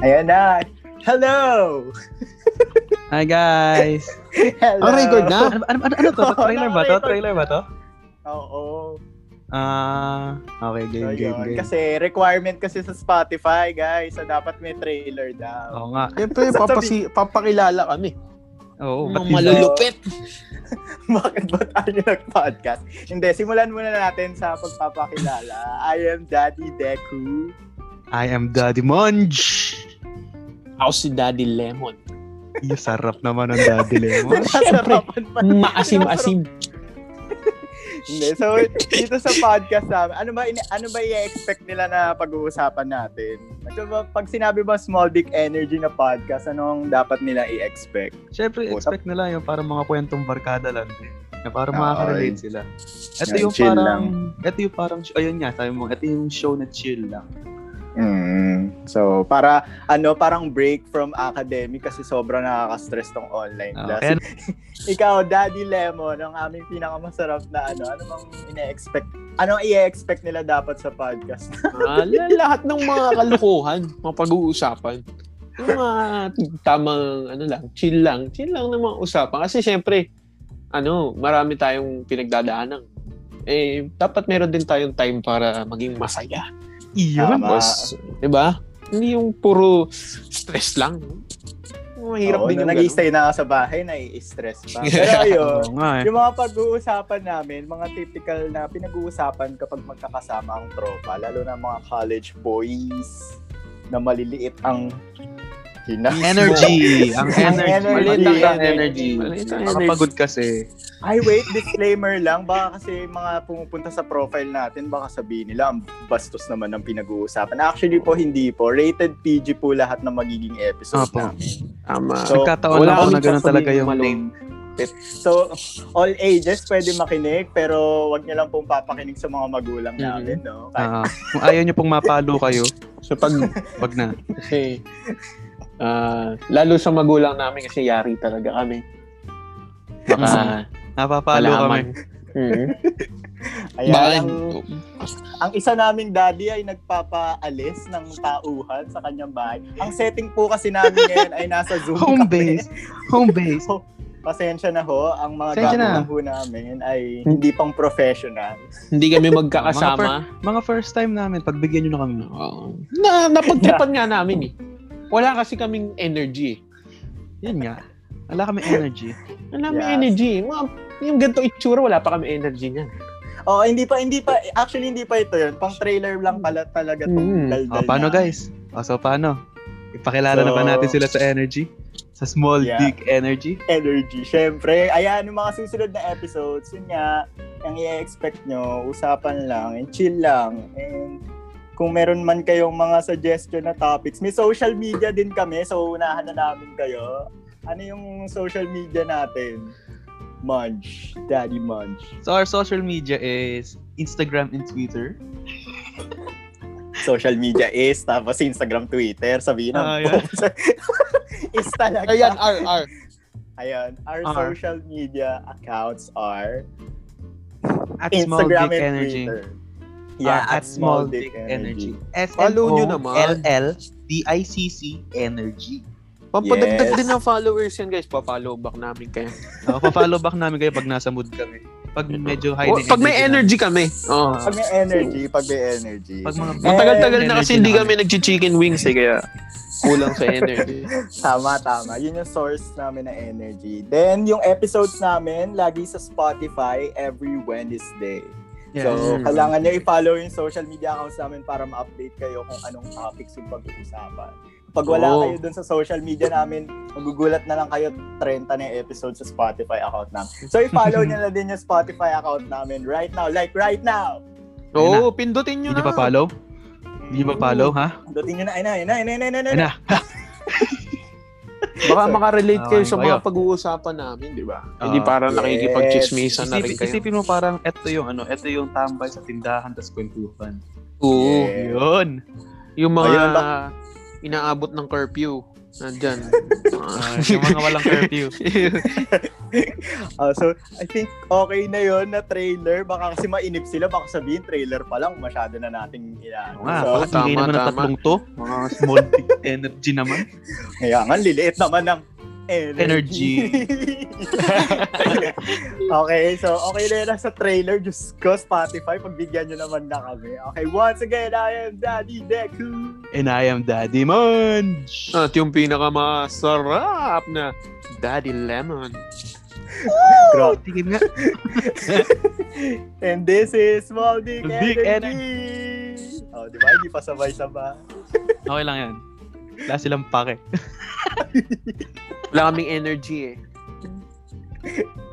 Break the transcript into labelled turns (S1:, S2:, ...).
S1: Ayan na. Hello!
S2: Hi guys!
S1: Hello!
S3: Ang Ah, record na?
S2: Ano, ano, ano, ano to?
S1: Oo,
S2: Trailer ba to?
S1: nakarecord
S2: Trailer ba to?
S1: Oo.
S2: Ah, okay.
S1: So,
S2: Game, game,
S1: yun.
S2: game.
S1: Kasi requirement kasi sa Spotify, guys. So, dapat may trailer daw.
S2: Oo nga.
S3: Oh. Siyempre, papasi, papakilala kami.
S2: Oo.
S3: Mga
S2: pati-
S3: malulupit.
S1: Bakit ba tayo nag-podcast? Hindi, simulan muna natin sa pagpapakilala. I am Daddy Deku.
S2: I am Daddy Monge!
S3: Ako si Daddy Lemon.
S2: Yung sarap naman ng Daddy Lemon.
S1: Nasarapan pa.
S3: Ah, Maasim-asim.
S1: Hindi. So, dito sa podcast namin, ano ba ini- ano ba i-expect nila na pag-uusapan natin? Ano ba, pag sinabi ba small dick energy na podcast, anong dapat nila i-expect?
S2: Siyempre, expect nila yung parang mga kwentong barkada lang. eh. Na parang
S1: Oo,
S2: makaka-relate sila.
S1: Ah,
S2: Ito
S1: Yan,
S2: yung
S1: chill
S2: parang,
S1: lang.
S2: ito yung parang, ayun nga, sabi mo, ito yung show na chill lang.
S1: Mm. So, para ano, parang break from academic kasi sobrang nakaka-stress tong online
S2: Oo,
S3: Ah,
S1: class.
S2: Ah, kaya
S1: Ikaw, Daddy Lemon, ang aming pinakamasarap na ano, ano bang ina-expect? Anong i-expect nila dapat sa podcast?
S3: Ala, Ah, lahat ng mga kalukuhan, mga pag-uusapan. Yung mga tamang, ano lang, chill lang. Chill lang ng mga usapan. Kasi siyempre, ano, marami tayong pinagdadaanan. Eh, dapat meron din tayong time para maging masaya.
S2: iyon.
S1: Tama.
S3: Mas, di ba? Hindi yung puro stress lang.
S1: Oo,
S3: Mahirap din
S1: nung
S3: yung ganun.
S1: nag-stay na ka sa bahay, nai-stress pa. Pero ayun,
S2: Oo nga eh.
S1: Ah, Yung mga pag-uusapan namin, mga typical na pinag-uusapan kapag magkakasama ang tropa, lalo na mga college boys na maliliit ang hina.
S2: Energy! Ang
S1: Ang
S2: energy.
S1: energy.
S2: Maliit lang ang
S3: Energy.
S2: energy.
S3: Maliit ang energy.
S2: Nakapagod kasi.
S1: Ay, wait, disclaimer lang. Baka kasi mga pumupunta sa profile natin, baka sabihin nila, ang bastos naman ang pinag-uusapan. Actually po, hindi po. Rated PG po lahat ng magiging episodes
S2: Opo.
S1: namin.
S3: Tama.
S1: So,
S2: Nagkataon
S3: wala
S2: lang ako na
S3: akong
S2: ganun
S3: sasabihin
S2: talaga yung
S3: malung-
S2: name.
S1: So, all ages pwede makinig, pero wag niyo lang pong papakinig sa mga magulang
S3: Mhm.
S1: namin, no? Kahit
S2: Mm-hmm. Ah, kung ayaw nyo pong mapalo kayo,
S3: So, pag
S2: wag na.
S3: Kasi, ah, lalo sa magulang namin kasi yari talaga kami. Baka Mm-hmm.
S2: Napapalo kami.
S3: malaman. Mm.
S1: Ayan,
S3: Baka-
S1: ang, ang isa naming daddy ay nagpapaalis ng tauhan sa kanyang bahay. Ang setting po kasi namin ngayon ay nasa Zoom
S2: Home
S1: kami.
S2: base. Home base.
S1: Pasensya na ho, ang mga
S2: Pasensya
S1: gamit
S2: na.
S1: na ho namin ay hindi pang professional.
S3: Hindi kami magkakasama.
S2: Mga first time namin, pagbigyan nyo na kami.
S3: Oo. Na, napagtripan nga namin eh. Wala kasi kaming energy eh.
S2: Yun nga. Wala kami energy.
S3: Wala kami
S1: Yes.
S3: energy eh. Mga, yung ganito itsura, wala pa kami energy niyan.
S1: Oo, Oh, hindi pa, hindi pa, actually hindi pa ito yun. Pang trailer lang pala talaga itong
S3: Mm.
S1: daldal
S2: O, Mm-hmm. Ah, paano
S1: na.
S2: guys? O, so paano? Ipakilala na ba
S1: So-
S2: natin sila sa energy? Sa small
S1: Yeah.
S2: dick energy?
S1: Energy, syempre. Ayan, yung mga susunod na episodes, yun nga, ang i-expect nyo, usapan lang, and chill lang, and kung meron man kayong mga suggestion na topics, may social media din kami, so unahan na namin kayo. Ano yung social media natin? Munch. Daddy Munch.
S2: So, our social media is Instagram and Twitter.
S1: Social media is, tapos Instagram, Twitter, sabihin na.
S2: Ah, yeah.
S1: is talaga.
S3: Ayan, R, R.
S1: Ayan. Our
S2: Ah.
S1: social media accounts are
S2: At small
S1: Instagram
S2: dick
S1: and
S2: energy.
S1: Twitter.
S2: Yeah, at small dick energy.
S3: Follow nyo naman.
S2: S-M-O-L-L-D-I-C-C energy.
S3: Pampadagdag
S1: Yes.
S3: din ng followers yan guys. Pa-follow back namin kayo.
S2: O, pa-follow back namin kayo pag nasa mood kami. Pag medyo high
S3: O,
S2: na
S3: Oh, pag may
S2: na-
S3: energy kami. Oh.
S1: Pag may energy, pag may energy.
S2: Pag mga-
S3: Matagal-tagal na
S2: Energy
S3: kasi hindi
S2: na
S3: kami nag-chicken wings eh, kaya kulang sa energy.
S1: Tama, tama. Yun yung source namin ng energy. Then, yung episodes namin, lagi sa Spotify every Wednesday.
S2: Yes.
S1: So,
S3: Mm.
S1: kailangan nyo i-follow yung social media accounts namin para ma-update kayo kung anong topics yung pag-uusapan. Pag wala
S3: Oo.
S1: kayo dun sa social media namin, magugulat na lang kayo 30 na yung episode sa Spotify account namin. So, i-follow nyo na din yung Spotify account namin right now. Like, right now!
S3: Oo, pindutin nyo
S2: Hindi nyo
S3: na.
S2: pa follow? Hindi nyo pa follow, ha?
S1: Dutin Mm. nyo na. Ay na, ay na, ay na, ay na, ay
S2: Ayun
S1: na.
S2: na.
S3: Baka
S1: Sorry.
S3: makarelate
S2: Okay,
S3: kayo sa mga
S2: kayo.
S3: pag-uusapan namin, di ba?
S2: Ah,
S3: Hindi parang
S1: yes.
S3: nakikipag-chismisan na
S2: Isipin,
S3: rin kayo.
S2: isipin mo parang eto yung ano, eto yung tambay sa tindahan tas kwentuhan.
S3: Oo.
S1: Yeah.
S2: Yun.
S3: Yung
S1: Ayun,
S3: mga inaabot ng curfew. Nandyan.
S4: Ah, yung mga walang curfew.
S1: Ah, so, I think okay na yon na trailer. Baka kasi mainip sila, baka sabihin trailer pa lang, masyado na nating ilan.
S2: Oo nga,
S1: so,
S2: bakit hindi
S3: tama,
S2: naman ng
S3: tama.
S2: tatlong to? Mga small big energy naman.
S1: kaya nga, liliit naman ng energy. okay, so okay na yun sa trailer. Diyos ko, Spotify, pagbigyan nyo naman na kami. Okay, once again, I am Daddy Deku.
S2: And I am Daddy Munch!
S3: At yung pinakamasarap na Daddy Lemon.
S1: Grabe.
S2: Oh, Tingin nga.
S1: And this is Small Dick,
S2: Big
S1: Energy. Oh, di ba? Hindi pa sabay-sabay.
S2: Okay lang yan. Wala silang pake.
S3: Wala kaming energy eh.